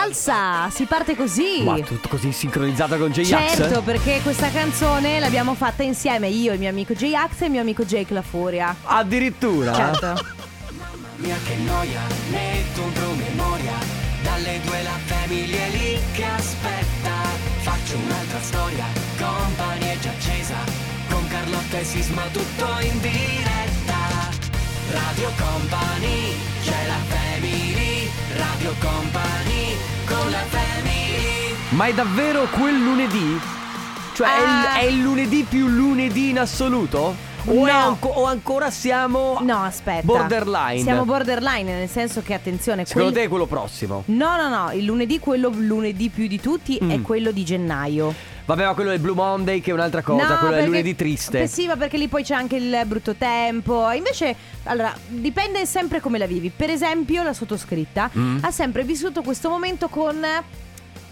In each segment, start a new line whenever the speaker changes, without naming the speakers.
Salsa, si parte così.
Ma tutto così sincronizzata con J-Ax?
Certo, perché questa canzone l'abbiamo fatta insieme io, il mio amico J-Ax e il mio amico Jake La Furia.
Addirittura?
Certo.
Mia che noia, metto un promemoria Dalle due la famiglia è lì che aspetta Faccio un'altra storia, compagnie già accesa Con Carlotta e Sisma tutto in diretta Radio Company, c'è la family Radio Company, con la family
Ma è davvero quel lunedì? Cioè è, il,
Ah.
è il lunedì più lunedì in assoluto? O, è
No.
anco- o ancora siamo
No, aspetta.
borderline?
Siamo borderline, nel senso che attenzione,
Secondo
quel-
te è quello prossimo?
No, no, no, il lunedì, quello lunedì più di tutti è
Mm.
quello di gennaio.
Vabbè ma quello è il Blue Monday che è un'altra cosa
no,
Quello è
perché-
il lunedì triste
Beh, sì, ma perché lì poi c'è anche il brutto tempo. Invece, allora, dipende sempre come la vivi. Per esempio, la sottoscritta
Mm.
ha sempre vissuto questo momento con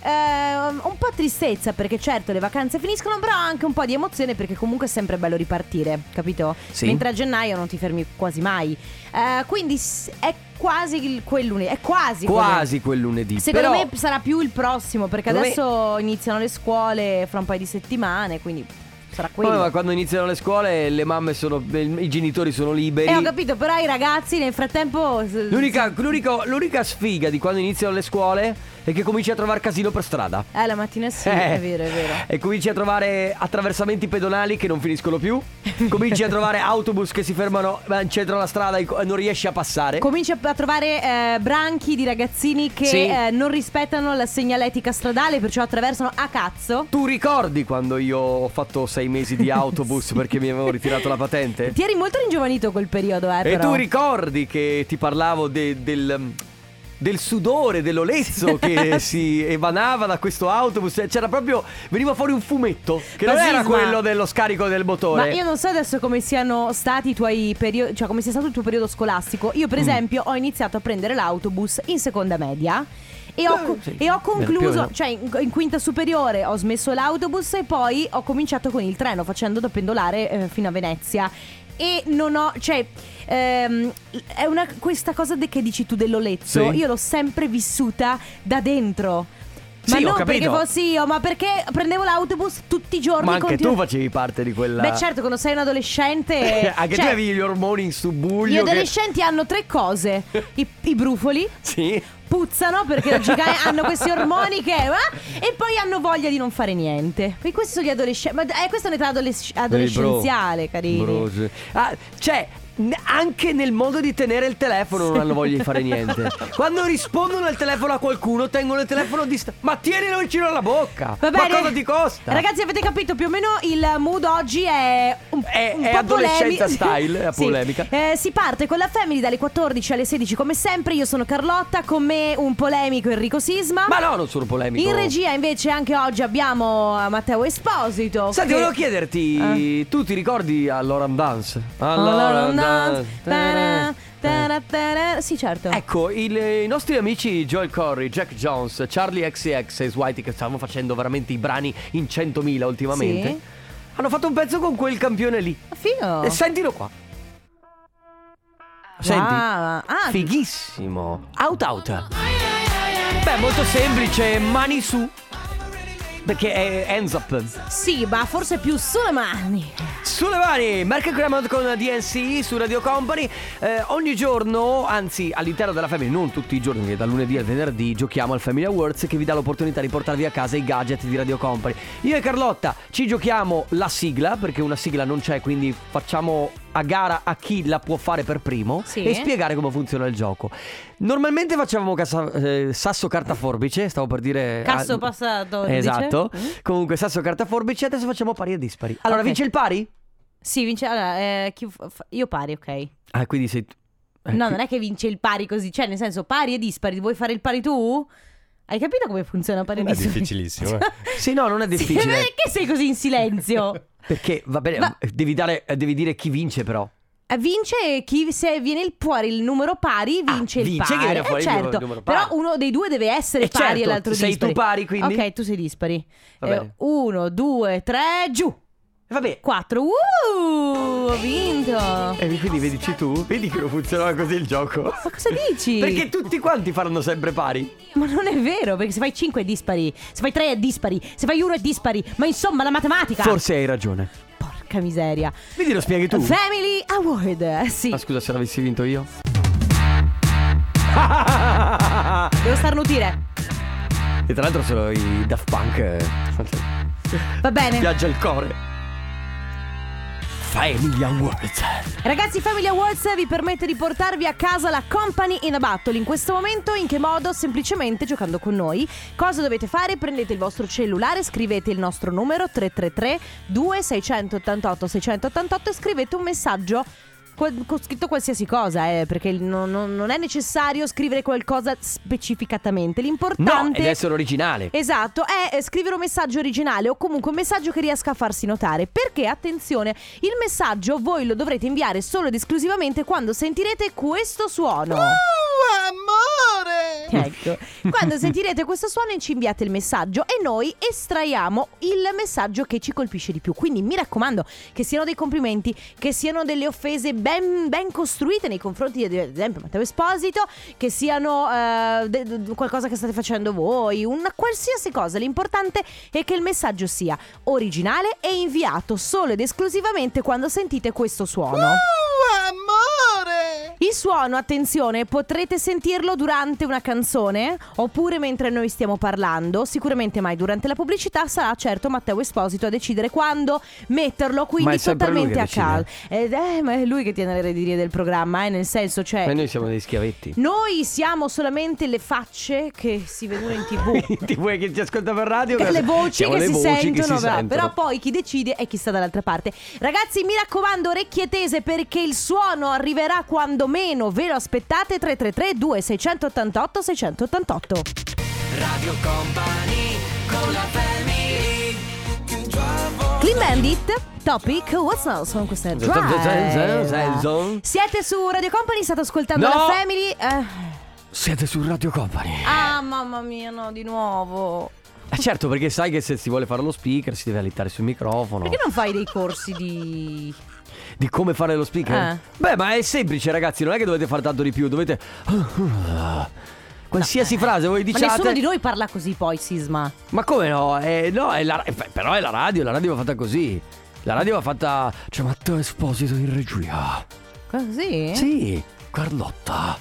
eh, un po' tristezza, perché certo le vacanze finiscono, però anche un po' di emozione, perché comunque è sempre bello ripartire, capito?
Sì.
Mentre a gennaio non ti fermi quasi mai. Eh, quindi s- è quasi il- quel lunedì. È quasi. quel lunedì.
Quasi quel lunedì
Secondo
Però
me sarà più il prossimo, perché
Secondo me-
adesso iniziano le scuole fra un paio di settimane, quindi sarà quello. Eh,
Vabbè, ma quando iniziano le scuole le mamme sono I genitori sono liberi
Eh, ho capito, però i ragazzi nel frattempo. s-
L'unica, l'unico- l'unica sfiga di quando iniziano le scuole è che cominci a trovare casino per strada.
Eh, la mattina sì,
Eh.
è vero, è vero.
E cominci a trovare attraversamenti pedonali che non finiscono più. Cominci a trovare autobus che si fermano eh, in centro alla strada e co- non riesci a passare.
Cominci a a trovare eh, branchi di ragazzini che
Sì.
eh, non rispettano la segnaletica stradale, perciò attraversano a cazzo.
tu ricordi quando io ho fatto sei mesi di autobus
Sì.
perché mi avevo ritirato la patente?
Ti eri molto ringiovanito quel periodo, eh.
E
però.
tu ricordi che ti parlavo de- del, del sudore, dell'olezzo che si emanava da questo autobus? C'era proprio. veniva fuori un fumetto che non
Ma
era
Sisma-
quello dello scarico del motore.
Ma io non so adesso come siano stati i tuoi periodi, cioè come sia stato il tuo periodo scolastico. Io, per
Mm.
esempio, ho iniziato a prendere l'autobus in seconda media. E ho,
Eh,
co-
sì.
e ho
Beh, più o
concluso,
meno.
cioè in, in quinta superiore ho smesso l'autobus e poi ho cominciato con il treno facendo da pendolare eh, fino a Venezia. E non ho, cioè, ehm, è una, questa cosa de- che dici tu dell'olezzo,
Sì.
io l'ho sempre vissuta da dentro. Ma
Sì, ho
non perché
capito.
fossi io, ma perché prendevo l'autobus tutti i giorni.
Ma anche
continu-
tu facevi parte di quella.
Beh certo, quando sei un adolescente...
Eh, anche
cioè,
tu avevi gli ormoni in
Gli
subbuglio. Che...
adolescenti hanno tre cose. I, i brufoli,
Sì.
puzzano perché la giga- hanno questi ormoni che... eh, e poi hanno voglia di non fare niente. E questi sono gli adolescenti... Ma eh, questa è un'età adoles- adolescenziale, carini.
Bro, sì. Ah, cioè, n- anche nel modo di tenere il telefono non hanno voglia di fare niente. Quando rispondono al telefono a qualcuno, tengono il telefono distante. Ma tienilo vicino alla bocca.
Va
Ma
bene.
cosa ti costa?
Ragazzi, avete capito più o meno il mood oggi è un,
È-
un
è
po'
adolescenza
polemi-
style, è
Sì.
polemica.
Eh, si parte con la family dalle 14 alle 16 come sempre. Io sono Carlotta, con me un polemico Enrico Sisma.
Ma no, non sono polemico.
In regia invece anche oggi abbiamo eh, Matteo Esposito.
Senti,
che-
volevo chiederti,
Ah.
tu ti ricordi all'Oran Dance?
Allora,
All'Oran
tara, tara, tara. Sì, certo.
Ecco, il- i nostri amici Joel Corry, Jack Jones, Charlie XCX e Switey che stavano facendo veramente i brani in 100.000 ultimamente.
Sì. Oh.
Hanno fatto un pezzo con quel campione lì.
Figo.
E sentilo qua. Senti.
Ah, ah,
Fighissimo. Out out. Beh, molto semplice, mani su. Perché è hands up.
sì, ma forse più sulle mani.
Sulle mani, Mark Cremont con DNC su Radio Company. Eh, ogni giorno, anzi all'interno della Family, non tutti i giorni, perché dal lunedì al venerdì giochiamo al Family Awards che vi dà l'opportunità di portarvi a casa i gadget di Radio Company. Io e Carlotta ci giochiamo la sigla, perché una sigla non c'è, quindi facciamo a gara a chi la può fare per primo
Sì.
e spiegare come funziona il gioco. Normalmente facevamo casa- eh, sasso carta forbice, stavo per dire...
Cazzo,
ah,
passato, dice.
Esatto.
Mm.
Comunque sasso carta forbice, adesso facciamo pari e dispari. Allora
Ok.
vince il pari?
Sì, vince. Allora, eh, chi f- f- io pari, ok.
Ah, quindi sei tu. eh,
No,
qui-
non è che vince il pari così. Cioè, nel senso, pari e dispari. Vuoi fare il pari tu? Hai capito come funziona pari e
È
dispari? Cioè,
difficilissimo. eh.
Sì, no, non è
Sì,
difficile.
perché sei così in silenzio?
Perché, va bene,
Ma-
devi, dare- eh, devi dire chi vince però.
Eh, Vince chi se viene il fuori il numero pari vince il
Ah, vince
pari.
chi viene
Eh,
fuori il
certo.
numero- numero pari.
Però uno dei due deve essere
Eh,
pari
certo,
e l'altro
sei
dispari.
tu pari, quindi?
Ok, tu sei dispari.
Va bene.
uno, due, tre, giù.
E vabbè.
4. Uh, ho vinto. Ma
E quindi vedici tu? Vedi che non funzionava così il gioco?
cosa dici?
Perché tutti quanti faranno sempre pari.
Ma non è vero, perché se fai 5 è dispari, se fai 3 è dispari, se fai 1 è dispari. Ma insomma, la matematica.
Forse hai ragione.
Porca miseria.
Vedi lo spieghi tu.
Family Award. eh, Sì.
Ma scusa se l'avessi vinto io.
Devo starnutire.
E tra l'altro sono i Daft Punk. eh,
Va bene.
Viaggia il cuore. Family Awards.
Ragazzi, Family Awards vi permette di portarvi a casa la Company in a Battle. In questo momento, in che modo? Semplicemente giocando con noi. Cosa dovete fare? Prendete il vostro cellulare, scrivete il nostro numero 333-2688-688 e scrivete un messaggio. qual- con scritto qualsiasi cosa, eh, perché il- non, non- non è necessario scrivere qualcosa specificatamente.
No,
L'importante
ed essere originale.
Esatto, è eh, scrivere un messaggio originale o comunque un messaggio che riesca a farsi notare. Perché, attenzione, il messaggio voi lo dovrete inviare solo ed esclusivamente quando sentirete questo suono. Ecco, quando sentirete questo suono ci inviate il messaggio e noi estraiamo il messaggio che ci colpisce di più. Quindi mi raccomando che siano dei complimenti, che siano delle offese ben, ben costruite nei confronti di ad esempio Matteo Esposito, che siano eh, de- de- qualcosa che state facendo voi, una qualsiasi cosa. L'importante è che il messaggio sia originale e inviato solo ed esclusivamente quando sentite questo suono. Il suono, attenzione, potrete sentirlo durante una canzone oppure mentre noi stiamo parlando, sicuramente mai durante la pubblicità sarà certo Matteo Esposito a decidere quando metterlo,
Ma è
quindi
sempre lui
totalmente a
che
caldo. Ed è, ma è lui che tiene le redini del programma, eh, nel senso, cioè...
Ma noi siamo dei schiavetti.
Noi siamo solamente le facce che si vedono in tv.
Ti vuoi che ti ascolta per radio?
Le voci
Siamo
che
le
si
voci
sentono,
si
però-
sentono.
però poi chi decide è chi sta dall'altra parte. Ragazzi, mi raccomando, orecchie tese perché il suono arriverà quando meno ve lo aspettate. 333 2688 688.
Radio Company con la family
Clean Bandit, Topic, What's Now? Sono queste Drive. Siete su Radio Company, state ascoltando
No.
la Family. Eh,
Siete su Radio Company.
Ah, mamma mia, no, di nuovo.
Eh, Certo, perché sai che se si vuole fare lo speaker si deve allittare sul microfono.
Perché non fai dei corsi di...
Di come fare lo speaker?
Eh.
Beh, ma è semplice, ragazzi, non è che dovete fare tanto di più, dovete. Qualsiasi frase voi
Ma nessuno
diciate.
di noi parla così poi, Sisma.
Ma come no? Eh, no, è la- eh, però è la radio, la radio va fatta così. La radio va fatta. C'è Matteo Esposito in regia.
Così?
Sì, Carlotta.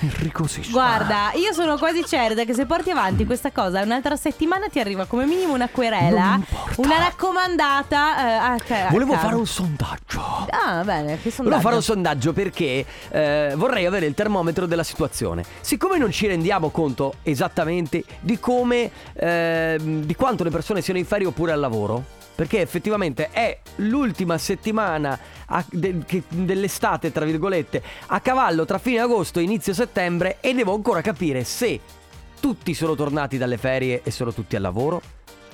Enrico Sisma.
Guarda, io sono quasi certa che se porti avanti questa cosa un'altra settimana ti arriva come minimo una querela,
Non importa.
una raccomandata. eh, a ca- a
Volevo
casa.
fare un sondaggio.
Ah, bene, che
Volevo
sondaggio.
fare un sondaggio perché eh, vorrei avere il termometro della situazione. Siccome non ci rendiamo conto esattamente di come ehm, di quanto le persone siano in ferie oppure al lavoro, perché effettivamente è l'ultima settimana a- de- che- dell'estate, tra virgolette, a cavallo tra fine agosto e inizio settembre e devo ancora capire se tutti sono tornati dalle ferie e sono tutti al lavoro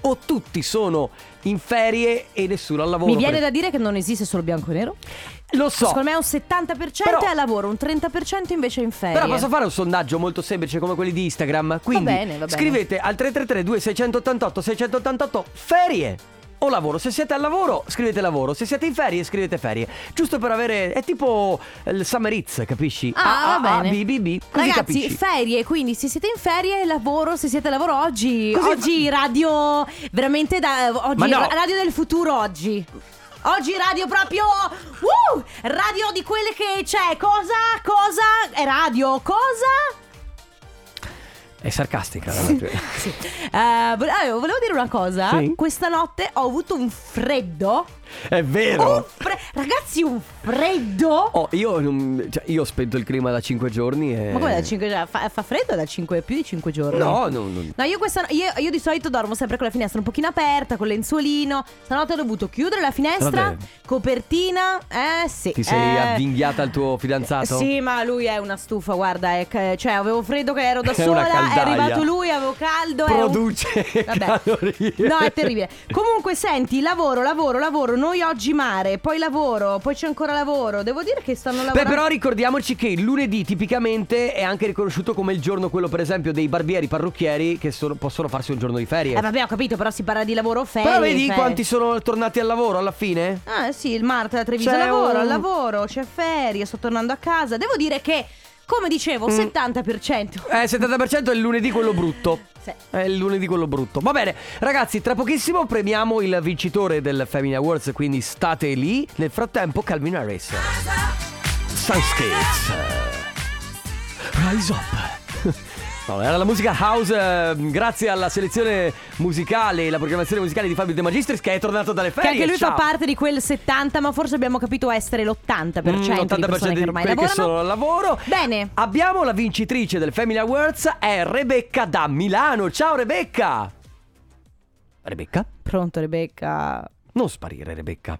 o tutti sono in ferie e nessuno al lavoro.
Mi viene
Per-
da dire che non esiste solo bianco e nero.
Lo so.
Secondo me un 70%
Però-
è a lavoro, un 30% invece è in ferie.
Però posso fare un sondaggio molto semplice come quelli di Instagram? Quindi
bene, va bene.
scrivete al 333 2688 688 ferie o lavoro. Se siete al lavoro, scrivete lavoro. Se siete in ferie, scrivete ferie. Giusto per avere è tipo eh, il Summer Hits, capisci?
Ah,
A,
va
A,
bene.
B, B, B. Così
Ragazzi,
capisci.
ferie, quindi se siete in ferie, lavoro, se siete a lavoro oggi,
Così-
oggi radio veramente da
Ma
oggi
no.
ra- radio del futuro oggi. Oggi radio proprio uh, radio di quelle che c'è, cosa? Cosa? È radio, cosa?
È sarcastica la natura.
Sì. Eh, vo- eh, volevo dire una cosa,
Sì.
questa notte ho avuto un freddo.
È vero.
Un fre- ragazzi, un freddo.
Oh, io, non- cioè, io ho spento il clima da 5 giorni e
Ma come da 5 fa, fa freddo da 5 più di 5 giorni?
eh. No, no, no.
No, io, questa, io, io di solito dormo sempre con la finestra un pochino aperta, con il lenzuolino. Stanotte ho dovuto chiudere la finestra,
Vabbè.
copertina. Eh sì.
Ti sei
eh.
avvinghiata al tuo fidanzato?
Sì, ma lui è una stufa, guarda, è che- cioè avevo freddo che ero da
È una
sola è
caldaia.
arrivato lui, avevo caldo. è un-
Produce
Vabbè.
calorie.
No, è terribile. Comunque, senti, lavoro, lavoro, lavoro. Noi oggi mare, poi lavoro, poi c'è ancora lavoro. Devo dire che stanno
Beh,
lavorando.
però ricordiamoci che il lunedì tipicamente è anche riconosciuto come il giorno, quello per esempio dei barbieri, parrucchieri che sono- possono farsi un giorno di ferie.
Eh, vabbè, cioè. ho capito, però si parla di lavoro ferie.
però vedi
ferie.
quanti sono tornati al lavoro alla fine?
Ah, sì, il Marta da Treviso.
C'è
lavoro,
un-
al lavoro, c'è ferie, sto tornando a casa. Devo dire che, come dicevo,
Mm.
70%.
Eh, 70% è il lunedì quello brutto.
Sì.
È il lunedì quello brutto. Va bene, ragazzi, tra pochissimo premiamo il vincitore del Family Awards, quindi state lì. Nel frattempo, Calvin Harris. Sunskates. Rise up. No, era la musica house eh, grazie alla selezione musicale e la programmazione musicale di Fabio De Magistris che è tornato dalle
Che
ferie.
anche lui fa
Ciao.
parte di quel 70, ma forse abbiamo capito essere l'80%
Mm, 80%
di persone che ormai
quelli che
lavorano.
sono al lavoro.
Bene.
Abbiamo la vincitrice del Family Awards, è Rebecca da Milano. Ciao Rebecca! Rebecca?
Pronto, Rebecca?
Non sparire Rebecca.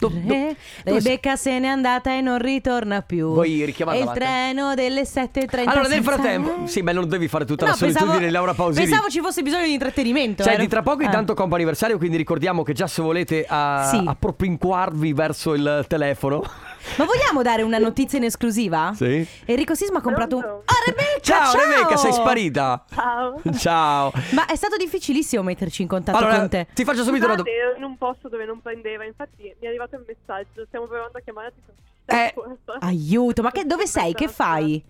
Do- do-
Re-
dove sei?
Eh, Rebecca se n'è andata e non ritorna più.
Vuoi richiamarla
È il
avanti?
treno delle 7.30.
Allora nel
senza-
frattempo... Sì, ma non devi fare tutta
No,
la solitudine
pensavo-
di Laura Pausini.
Pensavo ci fosse bisogno di intrattenimento.
Cioè,
ero-
di tra poco
Ah.
intanto compa anniversario, quindi ricordiamo che già se volete a,
Sì. Ah.
a propinquarvi verso il telefono.
Ma vogliamo dare una notizia in esclusiva?
Sì.
Enrico Sisma ha comprato un.
Pronto?
Ah, Rebecca!
Ciao, Rebecca, sei sparita.
Ciao.
Ciao.
Ma è stato difficilissimo metterci in contatto
Allora,
con te.
ti faccio subito una domanda.
Scusate, in un posto dove non prendeva, infatti mi è arrivato il messaggio, stiamo provando a chiamare, ti sono
Eh,
riuscita.
Aiuto, ma che, dove
Ecco,
sei? Che fai?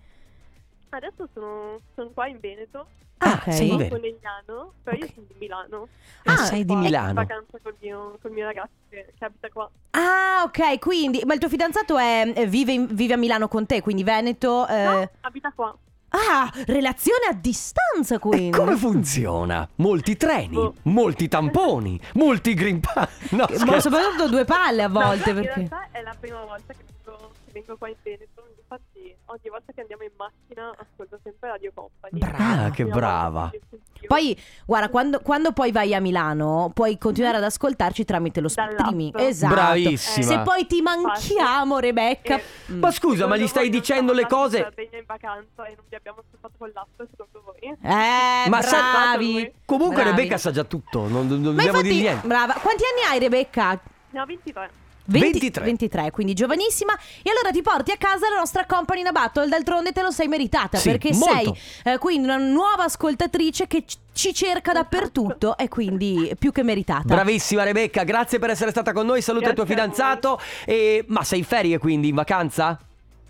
Adesso sono, sono qua in Veneto,
Ah,
Ok.
sei in
sono
Veneto.
Conegliano, però
Ok.
io sono di Milano.
Ah,
sei di
Qua
Milano.
In vacanza col mio, col mio ragazzo che, che abita qua.
Ah, ok, quindi. Ma il tuo fidanzato è- eh, vive, in- vive a Milano con te, quindi Veneto. eh.
No, abita qua.
Ah, relazione a distanza
E
quindi.
Eh, come funziona? Molti treni,
Boh.
molti tamponi, molti green pass. No,
Ma
scherzo.
soprattutto due palle a volte
No, In
perché.
realtà è la prima volta che vengo, che vengo qua in Veneto, infatti ogni volta che andiamo in macchina ascolto sempre Radio Company.
Brava, che
Prima volta
brava.
che sentivo.
Poi, guarda, quando, quando poi vai a Milano, puoi continuare ad ascoltarci tramite lo
Dall'app.
streaming. Esatto.
Bravissima.
Se poi ti manchiamo, Rebecca.
Eh,
Mm.
Ma scusa, ma gli stai dicendo le cose?
Sardegna in vacanza e non vi abbiamo ascoltato con l'app secondo voi?
Eh,
Ma sa-
bravi.
Comunque
bravi.
Rebecca sa già tutto, non,
Ma
non dobbiamo eh.
infatti,
dire niente.
brava. Quanti anni hai, Rebecca?
Ne ho 23.
23.
23, quindi giovanissima. E allora ti porti a casa la nostra company in battle. D'altronde te lo sei meritata
Sì,
perché
molto.
sei eh, quindi una nuova ascoltatrice che c- ci cerca dappertutto e quindi più che meritata.
Bravissima Rebecca, grazie per essere stata con noi, saluta il tuo
Grazie a
fidanzato. E... Ma sei in ferie quindi, in vacanza?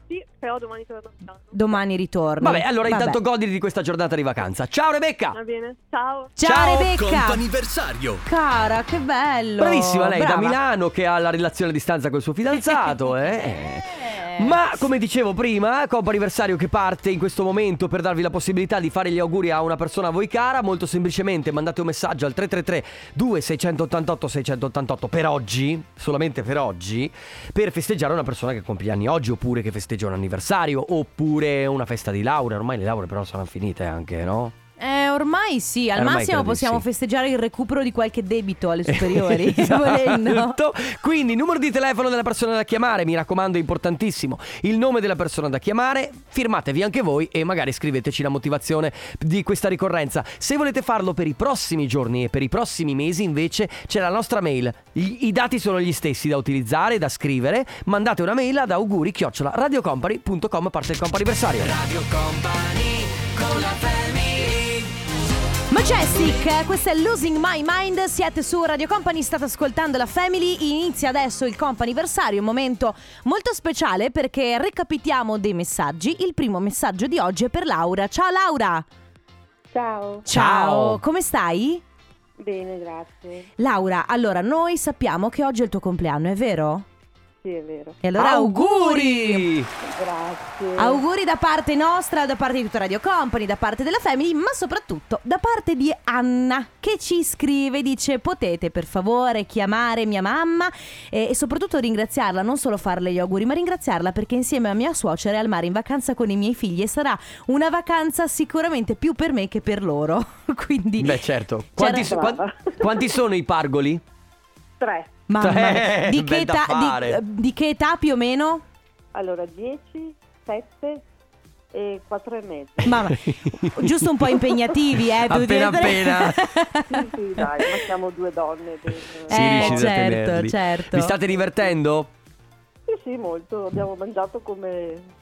Sì, però domani torno a Milano.
Domani ritorno.
Vabbè, allora intanto goditi di questa giornata di vacanza. Ciao Rebecca!
Va bene, ciao.
Ciao, Rebecca.
anniversario.
Cara, che bello.
Bravissima lei da
Brava.
Milano che ha la relazione a distanza col suo fidanzato. eh.
Eh.
Ma come dicevo prima, Coppa Anniversario che parte in questo momento per darvi la possibilità di fare gli auguri a una persona a voi cara, molto semplicemente mandate un messaggio al 333 2688 688 per oggi, solamente per oggi, per festeggiare una persona che compie gli anni oggi oppure che festeggia un anniversario oppure una festa di laurea, ormai le lauree però saranno finite anche, no?
Eh, ormai sì, al
Ormai
massimo
credo di
possiamo
sì.
festeggiare il recupero di qualche debito alle superiori,
Esatto.
volendo.
Quindi numero di telefono della persona da chiamare, mi raccomando, è importantissimo. Il nome della persona da chiamare, firmatevi anche voi e magari scriveteci la motivazione di questa ricorrenza. Se volete farlo per i prossimi giorni e per i prossimi mesi, invece, c'è la nostra mail. I, i dati sono gli stessi da utilizzare, da scrivere. Mandate una mail ad auguri chiocciola radiocompany.com parte il compo anniversario.
Majestic, questo è Losing My Mind, siete su Radio Company, state ascoltando la Family, inizia adesso il comp'anniversario, un momento molto speciale perché recapitiamo dei messaggi. Il primo messaggio di oggi è per Laura. Ciao Laura!
Ciao,
Ciao.
Come stai?
bene, grazie.
Laura, allora noi sappiamo che oggi è il tuo compleanno, è vero?
Sì, è vero.
E allora
auguri!
Grazie.
Auguri da parte nostra, da parte di tutta Radio Company, da parte della Family, ma soprattutto da parte di Anna che ci scrive, dice potete per favore chiamare mia mamma eh, e, soprattutto ringraziarla, non solo farle gli auguri, ma ringraziarla perché insieme a mia suocera è al mare in vacanza con i miei figli e sarà una vacanza sicuramente più per me che per loro. Quindi...
Beh, certo. Quanti, so-
brava.
quan- quanti sono i pargoli?
Tre.
Mamma mia.
Eh,
di, che
bel da
età, di-
fare.
di che età più o meno?
Allora, 10, 7, e quattro e mezzo.
Mamma, giusto un po' impegnativi, eh. devo dire.
Appena appena.
Sì, sì, dai, ma siamo due donne. bene.
Sì,
Eh,
riuscite a
certo,
tenerli.
certo.
Vi state divertendo?
Sì, sì, molto. Abbiamo mangiato come...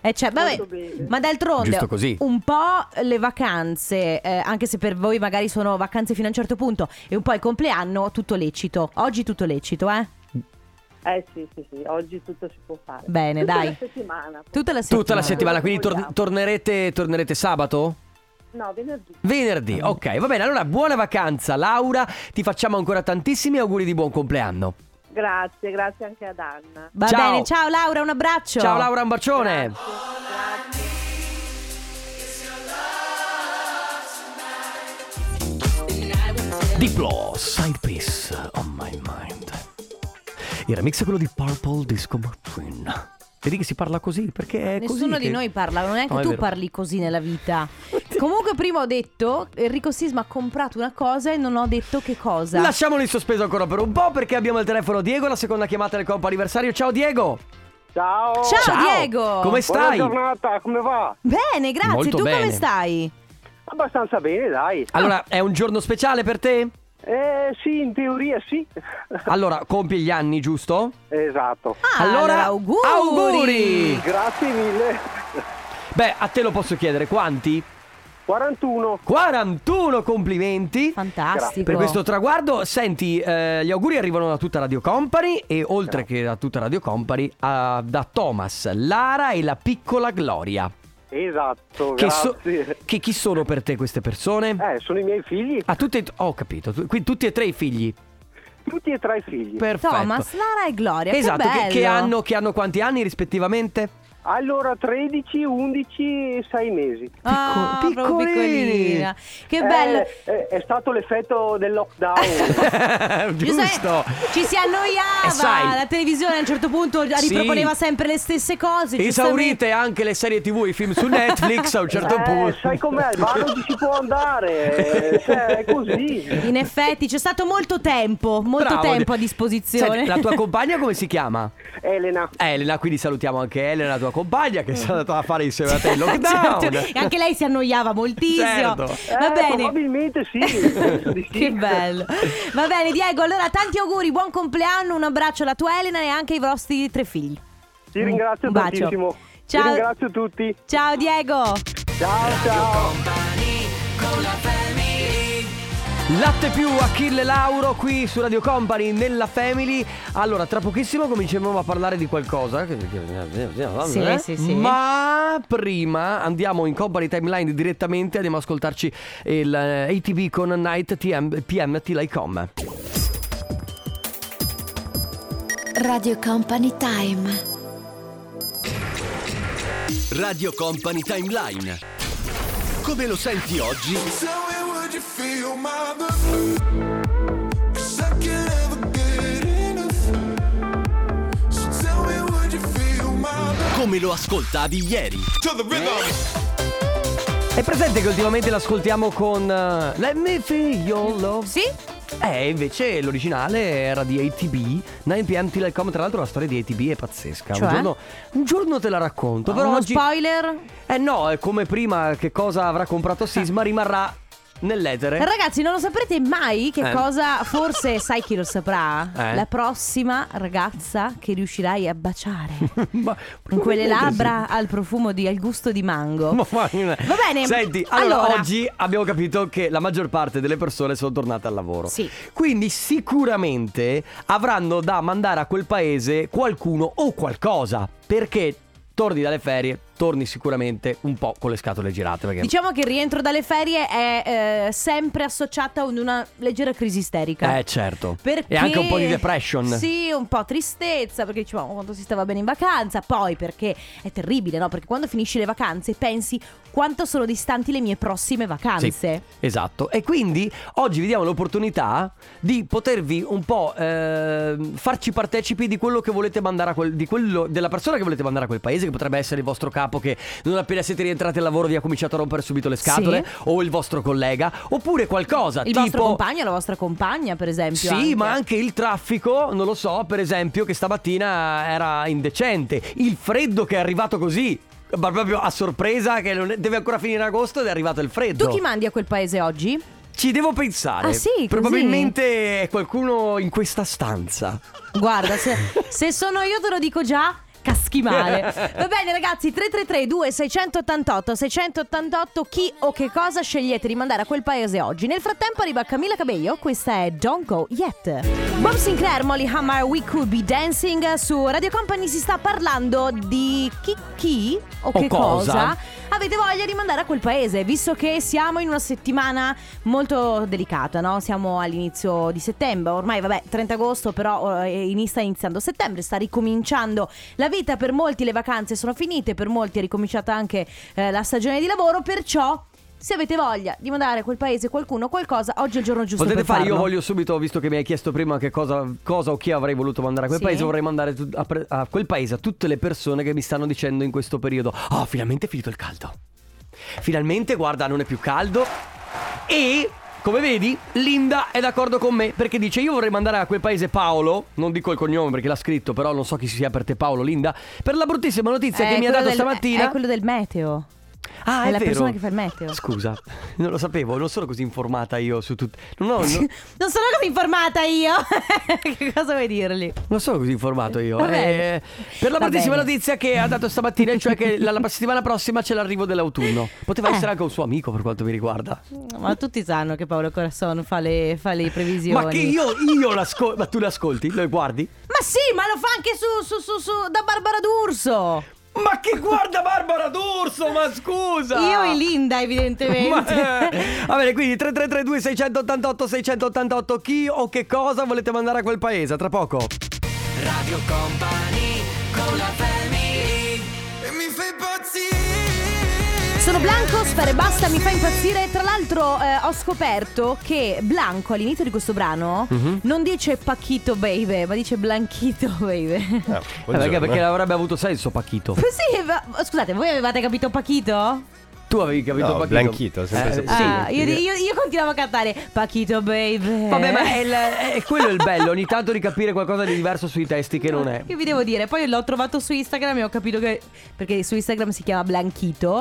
Eh, cioè, vabbè,
Molto bene.
ma d'altronde
Giusto così.
un po' le vacanze, eh, anche se per voi magari sono vacanze fino a un certo punto, e un po' il compleanno, tutto lecito. Oggi tutto lecito, eh?
Eh sì, sì, sì, oggi tutto si può fare.
Bene,
Tutta
dai.
la settimana.
Tutta la settimana.
Tutta la settimana, quindi tor- tornerete, tornerete sabato?
No, venerdì.
Venerdì, ok, va bene. Allora, buona vacanza, Laura. Ti facciamo ancora tantissimi auguri di buon compleanno.
Grazie, grazie anche ad Anna.
Va
Ciao.
bene, ciao Laura, un abbraccio.
Ciao, Laura, un bacione. Diplo, side piece on my mind. Il remix è quello di Purple Disco Machine. Vedi che si parla così perché è così
Nessuno di
che-
noi parla, non neanche
No, è
tu
vero.
parli così nella vita. Comunque prima ho detto, Enrico Sisma ha comprato una cosa e non ho detto che cosa.
Lasciamolo in sospeso ancora per un po' perché abbiamo il telefono Diego, la seconda chiamata del compo anniversario. Ciao Diego!
Ciao.
Ciao, Diego!
Come
Buona
stai?
giornata, come va?
Bene, grazie.
Molto
tu come
bene.
stai?
Abbastanza bene, dai.
Allora, è un giorno speciale per te?
Eh sì, in teoria sì.
Allora, compi gli anni, giusto?
esatto.
Ah, allora, auguri!
auguri!
Grazie mille.
Beh, a te lo posso chiedere, quanti?
41.
41
Ah,
complimenti!
Fantastico.
Per questo traguardo, senti, eh, gli auguri arrivano da tutta Radio Company e oltre che da tutta Radio Company, a- da Thomas, Lara e la piccola Gloria.
Esatto,
Che, so-
grazie.
che chi sono per te queste persone?
Eh, sono i miei figli,
Ah, tutti e- ho capito, tu- quindi tutti e tre i figli.
tutti e tre i figli.
Perfetto.
Thomas, Lara e Gloria.
Esatto,
che,
che, che
bello.
hanno, che hanno quanti anni rispettivamente?
Allora 13, 11 e 6 mesi.
Ah,
Picco-
proprio
piccolini.
piccolina. Che
Eh,
bello.
eh, è stato l'effetto del
Giusto.
lockdown.
Giuseppe, ci si annoiava.
Eh, sai.
la televisione a un certo punto
Sì.
riproponeva sempre le stesse cose. giustamente.
Esaurite anche le serie tv, i film su Netflix a un certo
Eh,
punto.
sai com'è? Il bar non ci si può andare. Cioè, è così.
In effetti c'è stato molto tempo, molto
Bravo.
tempo a disposizione.
Senti, la tua compagna come si chiama?
Elena.
Elena, quindi salutiamo anche Elena, la tua compagna, che è andata a fare insieme a te il
Certo,
lockdown.
e anche lei si annoiava moltissimo.
Certo.
Va
Eh,
bene.
Probabilmente sì. penso di sì.
Che bello. Va bene, Diego. Allora, tanti auguri, buon compleanno, un abbraccio alla tua Elena e anche ai vostri tre figli.
Ti ringrazio
Un bacio.
tantissimo.
Ciao.
Ti ringrazio tutti.
Ciao Diego.
Ciao, ciao.
Latte più Achille Lauro qui su Radio Company nella Family. Allora, tra pochissimo cominceremo a parlare di qualcosa.
Sì, sì, sì.
eh. Ma prima andiamo in Company Timeline direttamente, andiamo ad ascoltarci il eh, ATV con Night TM, PM Till I Come.
Radio Company Time.
Radio Company Timeline. Come lo senti oggi? Come lo ascoltavi ieri?
È presente che ultimamente l'ascoltiamo con eh, Let Me Feel Your Love?
Sì?
Eh, invece l'originale era di ATB, 9pm Till I Come. Tra l'altro la storia di ATB è pazzesca.
Cioè?
Un, giorno, un giorno te la racconto, però
Uno
oggi...
spoiler?
Eh no, è come prima che cosa avrà comprato
Eh.
Sisma rimarrà nell'etere.
Ragazzi, non lo saprete mai che
Eh.
cosa, forse sai chi lo saprà?
Eh.
La prossima ragazza che riuscirai a baciare
Ma-
con quelle
probabilmente
labbra al profumo di al gusto di mango.
sì. Ma- ma-
Va bene.
Senti, allora,
Allora.
oggi abbiamo capito che la maggior parte delle persone sono tornate al lavoro.
Sì.
Quindi sicuramente avranno da mandare a quel paese qualcuno o qualcosa. Perché torni dalle ferie, torni sicuramente un po' con le scatole girate. Perché
Diciamo che il rientro dalle ferie è eh, sempre associata ad una leggera crisi isterica.
Eh certo.
Perché...
E anche un po' di depression.
Sì, un po' tristezza perché diciamo quanto si stava bene in vacanza. Poi perché è terribile, no? Perché quando finisci le vacanze pensi quanto sono distanti le mie prossime vacanze.
Esatto, e quindi oggi vi diamo l'opportunità di potervi un po' ehm, farci partecipi di quello che volete mandare a quel, di quello, della persona che volete mandare a quel paese, che potrebbe essere il vostro capo che non appena siete rientrati al lavoro vi ha cominciato a rompere subito le scatole,
Sì.
o il vostro collega, oppure qualcosa
Il
Ah, tipo...
vostro compagno, la vostra compagna, per esempio.
Sì, ma anche il traffico, non lo so, per esempio, che stamattina era indecente, il freddo che è arrivato così. ma proprio a sorpresa che non è- deve ancora finire agosto ed è arrivato il freddo.
Tu chi mandi a quel paese oggi?
Ci devo pensare.
Ah, sì, così?
Probabilmente è qualcuno in questa stanza.
Guarda, se, se sono io te lo dico già. Caschi male. Va bene ragazzi, 333 2688 688 chi o che cosa scegliete di mandare a quel paese oggi. Nel frattempo arriva Camilla Cabello, questa è Don't Go Yet. Bob Sinclair, Molly Hammer, We Could Be Dancing. Su Radio Company si sta parlando di chi, chi o, che
cosa.
avete voglia di mandare a quel paese, visto che siamo in una settimana molto delicata, no? Siamo all'inizio di settembre, ormai vabbè 30 agosto, però eh, in- sta iniziando settembre, sta ricominciando la vita, per molti le vacanze sono finite, per molti è ricominciata anche eh, la stagione di lavoro, perciò se avete voglia di mandare a quel paese qualcuno qualcosa, oggi è il giorno giusto
Potete
per
fare,
farlo.
io voglio subito, visto che mi hai chiesto prima che cosa, cosa o chi avrei voluto mandare a quel
Sì.
paese, vorrei mandare tut- a, pre- a quel paese a tutte le persone che mi stanno dicendo in questo periodo, oh finalmente è finito il caldo, finalmente guarda non è più caldo e come vedi Linda è d'accordo con me perché dice io vorrei mandare a quel paese Paolo, non dico il cognome perché l'ha scritto però non so chi sia per te Paolo Linda, per la bruttissima notizia
Eh,
che mi ha
quello
dato
del-
stamattina.
È quello del meteo.
Ah,
È
è,
la
vero.
persona che fa il meteo.
Scusa, non lo sapevo, non sono così informata io su tutto. Non, ho- non-
Non sono così informata io. che cosa vuoi dirgli?
non sono così informato io.
Va bene.
Eh, per la
Va
bruttissima
bene.
notizia che ha dato stamattina, cioè che la, la settimana prossima c'è l'arrivo dell'autunno. Poteva
Eh.
essere anche un suo amico per quanto mi riguarda.
Ma tutti sanno che Paolo Corazon fa le, fa le previsioni.
Ma che io, io l'ascolto. Ma tu l'ascolti? Lo guardi?
Ma sì, ma lo fa anche su, su, su, su da Barbara D'Urso.
Ma che guarda Barbara D'Urso, ma scusa!
Io e Linda, evidentemente.
Ma, eh, Va bene, quindi 3332 688 688 chi o che cosa volete mandare a quel paese? A Tra poco.
Radio Company con la family
Sono Blanco, Sfere Basta mi fa impazzire. Tra l'altro eh, ho scoperto che Blanco all'inizio di questo brano
Mhm.
non dice Pacchito baby, ma dice Blanchito baby.
Eh,
Eh,
buongiorno.
perché, perché avrebbe avuto senso Pacchito.
sì, ma- scusate, voi avevate capito Pachito?
Tu avevi capito
No,
Pacchito?
Blanchito, sempre
Eh,
so-
sì.
Ah, io, io- io continuavo a cantare Pachito baby.
Vabbè, ma è, il- è quello il bello, ogni tanto di capire qualcosa di diverso sui testi che non è.
Che vi devo dire? Poi l'ho trovato su Instagram e ho capito che. Perché su Instagram si chiama Blanchito.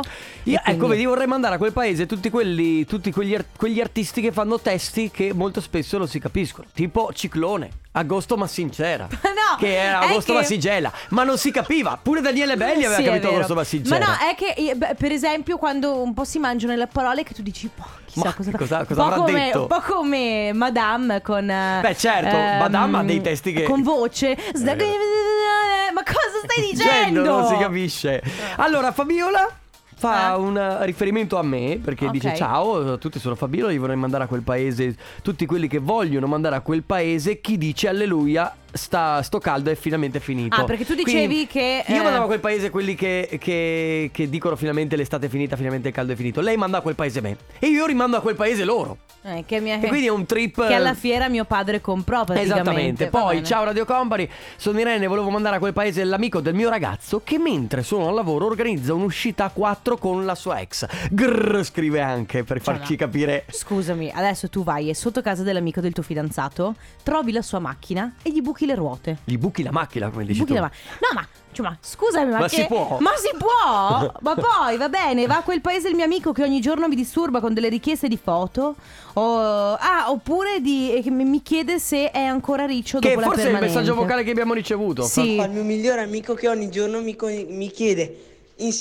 E
Io, ecco,
quindi-
vedi, vorrei mandare a quel paese tutti, quelli, tutti quegli, ar- quegli artisti che fanno testi che molto spesso non si capiscono. Tipo Ciclone, Agosto ma sincera.
no,
che era
è
Agosto
che-
ma si gela, ma non si capiva. Pure Daniele Belli aveva
Sì, è
capito
vero.
Agosto ma sincera.
Ma no, è che eh, beh, per esempio quando un po' si mangiano le parole che tu dici, boh, chissà
Ma
cosa,
cosa- cosa
un po'
avrà
come,
detto?
Un po' come Madame con. eh,
Beh, certo, Madame ha dei testi che-
Con voce. Ma cosa stai dicendo? Eh.
Dicendo, non si capisce. Allora, Fabiola fa
Ah.
un riferimento a me perché
Ok.
dice ciao, tutti sono Fabiola, io vorrei mandare a quel paese tutti quelli che vogliono mandare a quel paese chi dice alleluia. Sta, sto caldo è finalmente finito.
Ah, perché tu dicevi
Quindi
che, eh,
Io mandavo a quel paese quelli che, che- che dicono finalmente l'estate è finita, finalmente il caldo è finito. Lei manda a quel paese me. E io rimando a quel paese loro.
Eh, che mi-
E quindi è un trip.
Che alla fiera mio padre comprò praticamente.
Esattamente.
Va
Poi,
bene.
ciao Radio Company, sono Irene, volevo mandare a quel paese l'amico del mio ragazzo che mentre sono al lavoro organizza un'uscita a 4 con la sua ex. Grrr, scrive anche per
Cioè,
farci
no.
capire.
Scusami, adesso tu vai e sotto casa dell'amico del tuo fidanzato, trovi la sua macchina e gli buchi le ruote.
Gli buchi la macchina, come dici
Buchi
tu.
la ma- No, ma, cioè, ma scusami, ma,
Ma
che-
si può?
Ma si può? ma poi va bene, va a quel paese il mio amico che ogni giorno mi disturba con delle richieste di foto. o- ah, oppure di- eh, che mi mi chiede se è ancora riccio
che
dopo la
forse è il
permanente.
messaggio vocale che abbiamo ricevuto.
Sì.
Al mio migliore amico che ogni giorno mi, co- mi chiede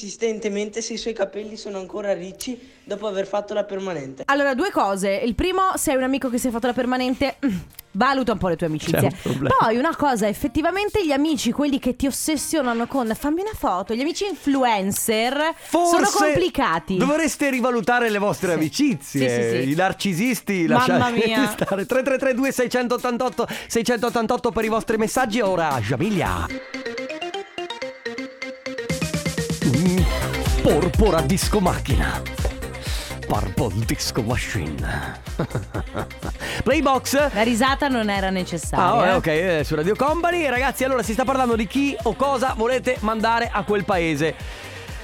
insistentemente se i suoi capelli sono ancora ricci dopo aver fatto la permanente.
Allora, due cose. Il primo, se hai un amico che si è fatto la permanente, mm, valuta un po' le tue
C'è
amicizie.
un problema.
Poi, una cosa, effettivamente gli amici, quelli che ti ossessionano con fammi una foto, gli amici influencer,
Forse
sono complicati.
Dovreste rivalutare le vostre
Sì.
amicizie.
Sì, sì, sì.
I narcisisti
Mamma
lasciate
mia.
stare. 3332 688 688 per i vostri messaggi. Ora Jamilia. Mm, Porpora disco macchina. Purple disco machine. Playbox.
La risata non era necessaria.
Ah, vabbè, ok, eh, su Radio Company. Ragazzi, allora si sta parlando di chi o cosa volete mandare a quel paese.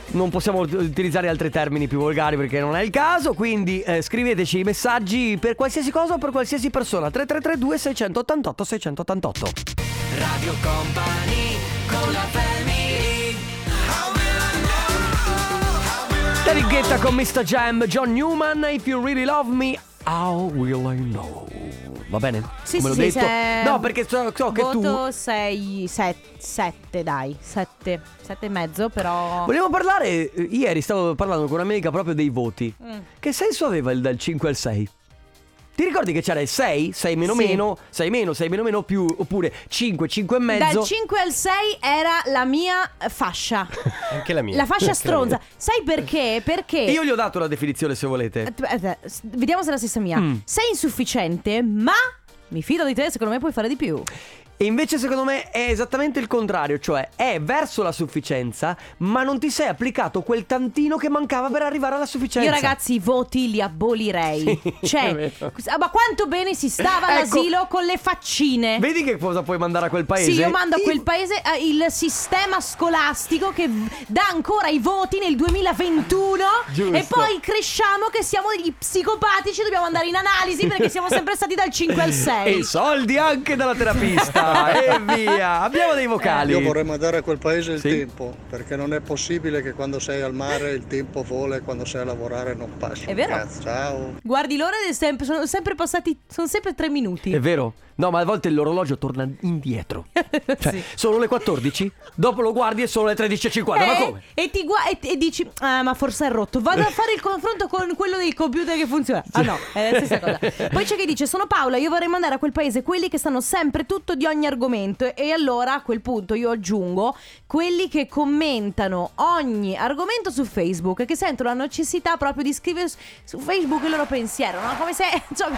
Non possiamo ut- utilizzare altri termini più volgari perché non è il caso, quindi eh, scriveteci i messaggi per qualsiasi cosa o per qualsiasi persona. 3332 688 688.
Radio Company con la family How will I know
David Guetta con Mr. Jam, John Newman, If You Really Love Me, How Will I Know? Va bene?
Sì, sì,
Come l'ho
sì,
detto?
se-
No, perché so, so che tu...
Voto 6, 7 dai, 7, 7 e mezzo però...
Volevo parlare, eh, ieri stavo parlando con un'amica proprio dei voti.
Mm.
Che senso aveva il dal 5 al 6? Ti ricordi che c'era il 6, 6 meno
Sì.
meno, 6 meno, 6 meno meno più, oppure 5, 5 e mezzo?
Dal 5 al 6 era la mia eh, fascia.
Anche la mia.
La fascia
Anche la mia.
stronza. Sai perché? Perché...
Io gli ho dato la definizione se volete.
Att- att- eh, s- Vediamo se è la stessa mia.
Mm.
Sei insufficiente, ma mi fido di te, secondo me puoi fare di più.
E invece secondo me è esattamente il contrario, cioè è verso la sufficienza, ma non ti sei applicato quel tantino che mancava per arrivare alla sufficienza.
Io ragazzi i voti li abolirei.
è
cioè,
vero.
ah, ma quanto bene si stava
Ecco.
all'asilo con le faccine.
Vedi che cosa puoi mandare a quel paese?
eh. Sì, io mando a quel paese eh, il sistema scolastico che v- dà ancora i voti nel 2021
Giusto.
e poi cresciamo che siamo degli psicopatici, dobbiamo andare in analisi perché siamo sempre stati dal 5 al 6.
E soldi anche dalla terapista. e via. Abbiamo dei vocali.
Io vorrei mandare a quel paese il
Sì.
tempo, perché non è possibile che quando sei al mare il tempo vola e quando sei a lavorare non passa.
È vero.
Cazzo, ciao.
Guardi l'ora ed è sempre- sono sempre passati, sono sempre tre minuti.
È vero? No, ma a volte l'orologio torna indietro. Cioè,
Sì.
sono le 14, dopo lo guardi e sono le 13.50. Ma
Eh,
come?
E, ti gua- e, e dici, ah, ma forse è rotto. Vado a fare il confronto con quello del computer che funziona. Ah, no, è la stessa cosa. Poi c'è chi dice: Sono Paola, io vorrei mandare a quel paese quelli che sanno sempre tutto di ogni argomento. E allora a quel punto io aggiungo quelli che commentano ogni argomento su Facebook, che sentono la necessità proprio di scrivere su- su Facebook il loro pensiero, no? Come se. cioè-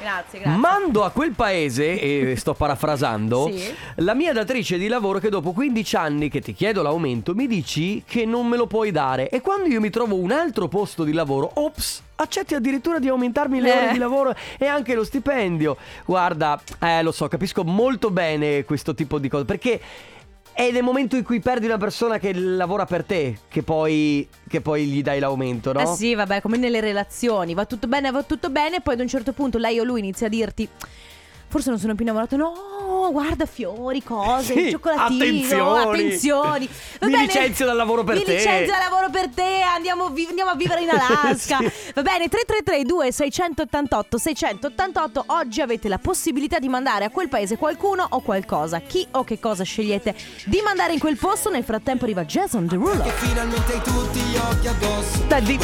Grazie, grazie.
Mando a quel paese, e sto parafrasando,
Sì.
la mia datrice di lavoro che dopo 15 anni che ti chiedo l'aumento mi dici che non me lo puoi dare e quando io mi trovo un altro posto di lavoro, ops, accetti addirittura di aumentarmi le
Eh.
ore di lavoro e anche lo stipendio. Guarda, eh, lo so, capisco molto bene questo tipo di cose perché... È nel momento in cui perdi una persona che lavora per te che poi, che poi gli dai l'aumento, no?
Eh sì, vabbè, come nelle relazioni, va tutto bene, va tutto bene, poi ad un certo punto lei o lui inizia a dirti forse non sono più innamorato. No, guarda fiori, cose,
Sì,
cioccolatini,
attenzioni.
attenzioni. Va
Mi
bene,
licenzio dal lavoro per
mi
te.
licenzio dal lavoro per te, andiamo, vi- andiamo a vivere in Alaska.
Sì.
Va bene, 3332 688 688 oggi avete la possibilità di mandare a quel paese qualcuno o qualcosa. Chi o che cosa scegliete di mandare in quel posto? Nel frattempo arriva Jason Derulo.
Teddy.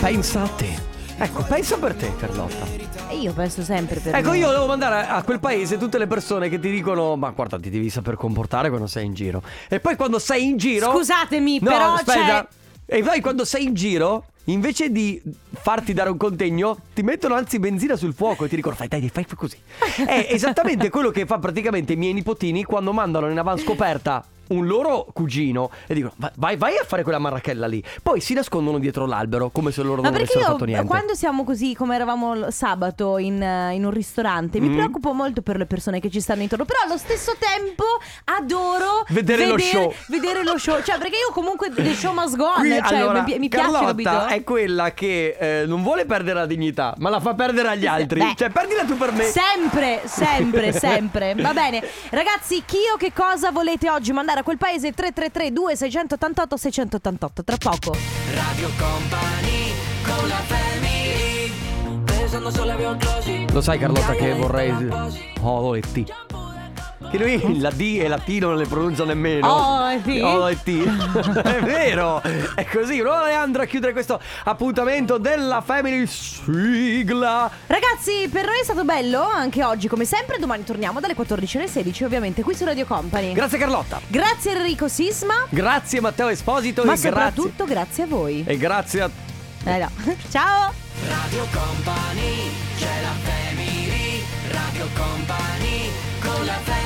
Pensa a te. Ecco, pensa per te, Carlotta.
E io penso sempre per
Ecco,
me.
io devo mandare a a quel paese tutte le persone che ti dicono: Ma guarda, ti devi saper comportare quando sei in giro. E poi quando sei in giro.
Scusatemi,
No,
però
aspetta. E poi quando sei in giro, invece di farti dare un contegno, ti mettono anzi benzina sul fuoco e ti dicono: Fai, dai, fai così. È esattamente quello che fa praticamente i miei nipotini quando mandano in avanscoperta. Un loro cugino e dicono: "Va- vai, vai a fare quella marrachella lì. Poi si nascondono dietro l'albero come se loro
Ma
non
perché
avessero
io
fatto niente.
quando siamo così come eravamo l- sabato in, eh, in un ristorante mi
Mm.
preoccupo molto per le persone che ci stanno intorno, però allo stesso tempo adoro
Vedere lo show.
Vedere lo show, cioè perché io comunque The Show Must Go On,
Qui,
cioè
allora,
mi, pi- mi piace capito?
Carlotta è quella che eh, non vuole perdere la dignità, ma la fa perdere agli altri.
Beh.
Cioè, perdila tu per me.
Sempre, sempre, sempre. Va bene. Ragazzi, chi o che cosa volete oggi mandare a quel paese? 333 2688 688 tra poco.
Lo sai, Carlotta, che vorrei. Oh, e T. Che lui la D e la T non le pronuncia nemmeno.
Oh, e T.
Oh, e T. È vero. È così. Allora, Leandro, a chiudere questo appuntamento della Family Sigla.
Ragazzi, per noi è stato bello anche oggi, come sempre. Domani torniamo dalle 14 alle 16, ovviamente, qui su Radio Company.
Grazie, Carlotta.
Grazie Enrico Sisma,
Grazie, Matteo Esposito.
ma
e grazie.
soprattutto grazie a voi.
E grazie a
Eh, no. Ciao!
Radio Company, c'è la family, Radio Company, con la family.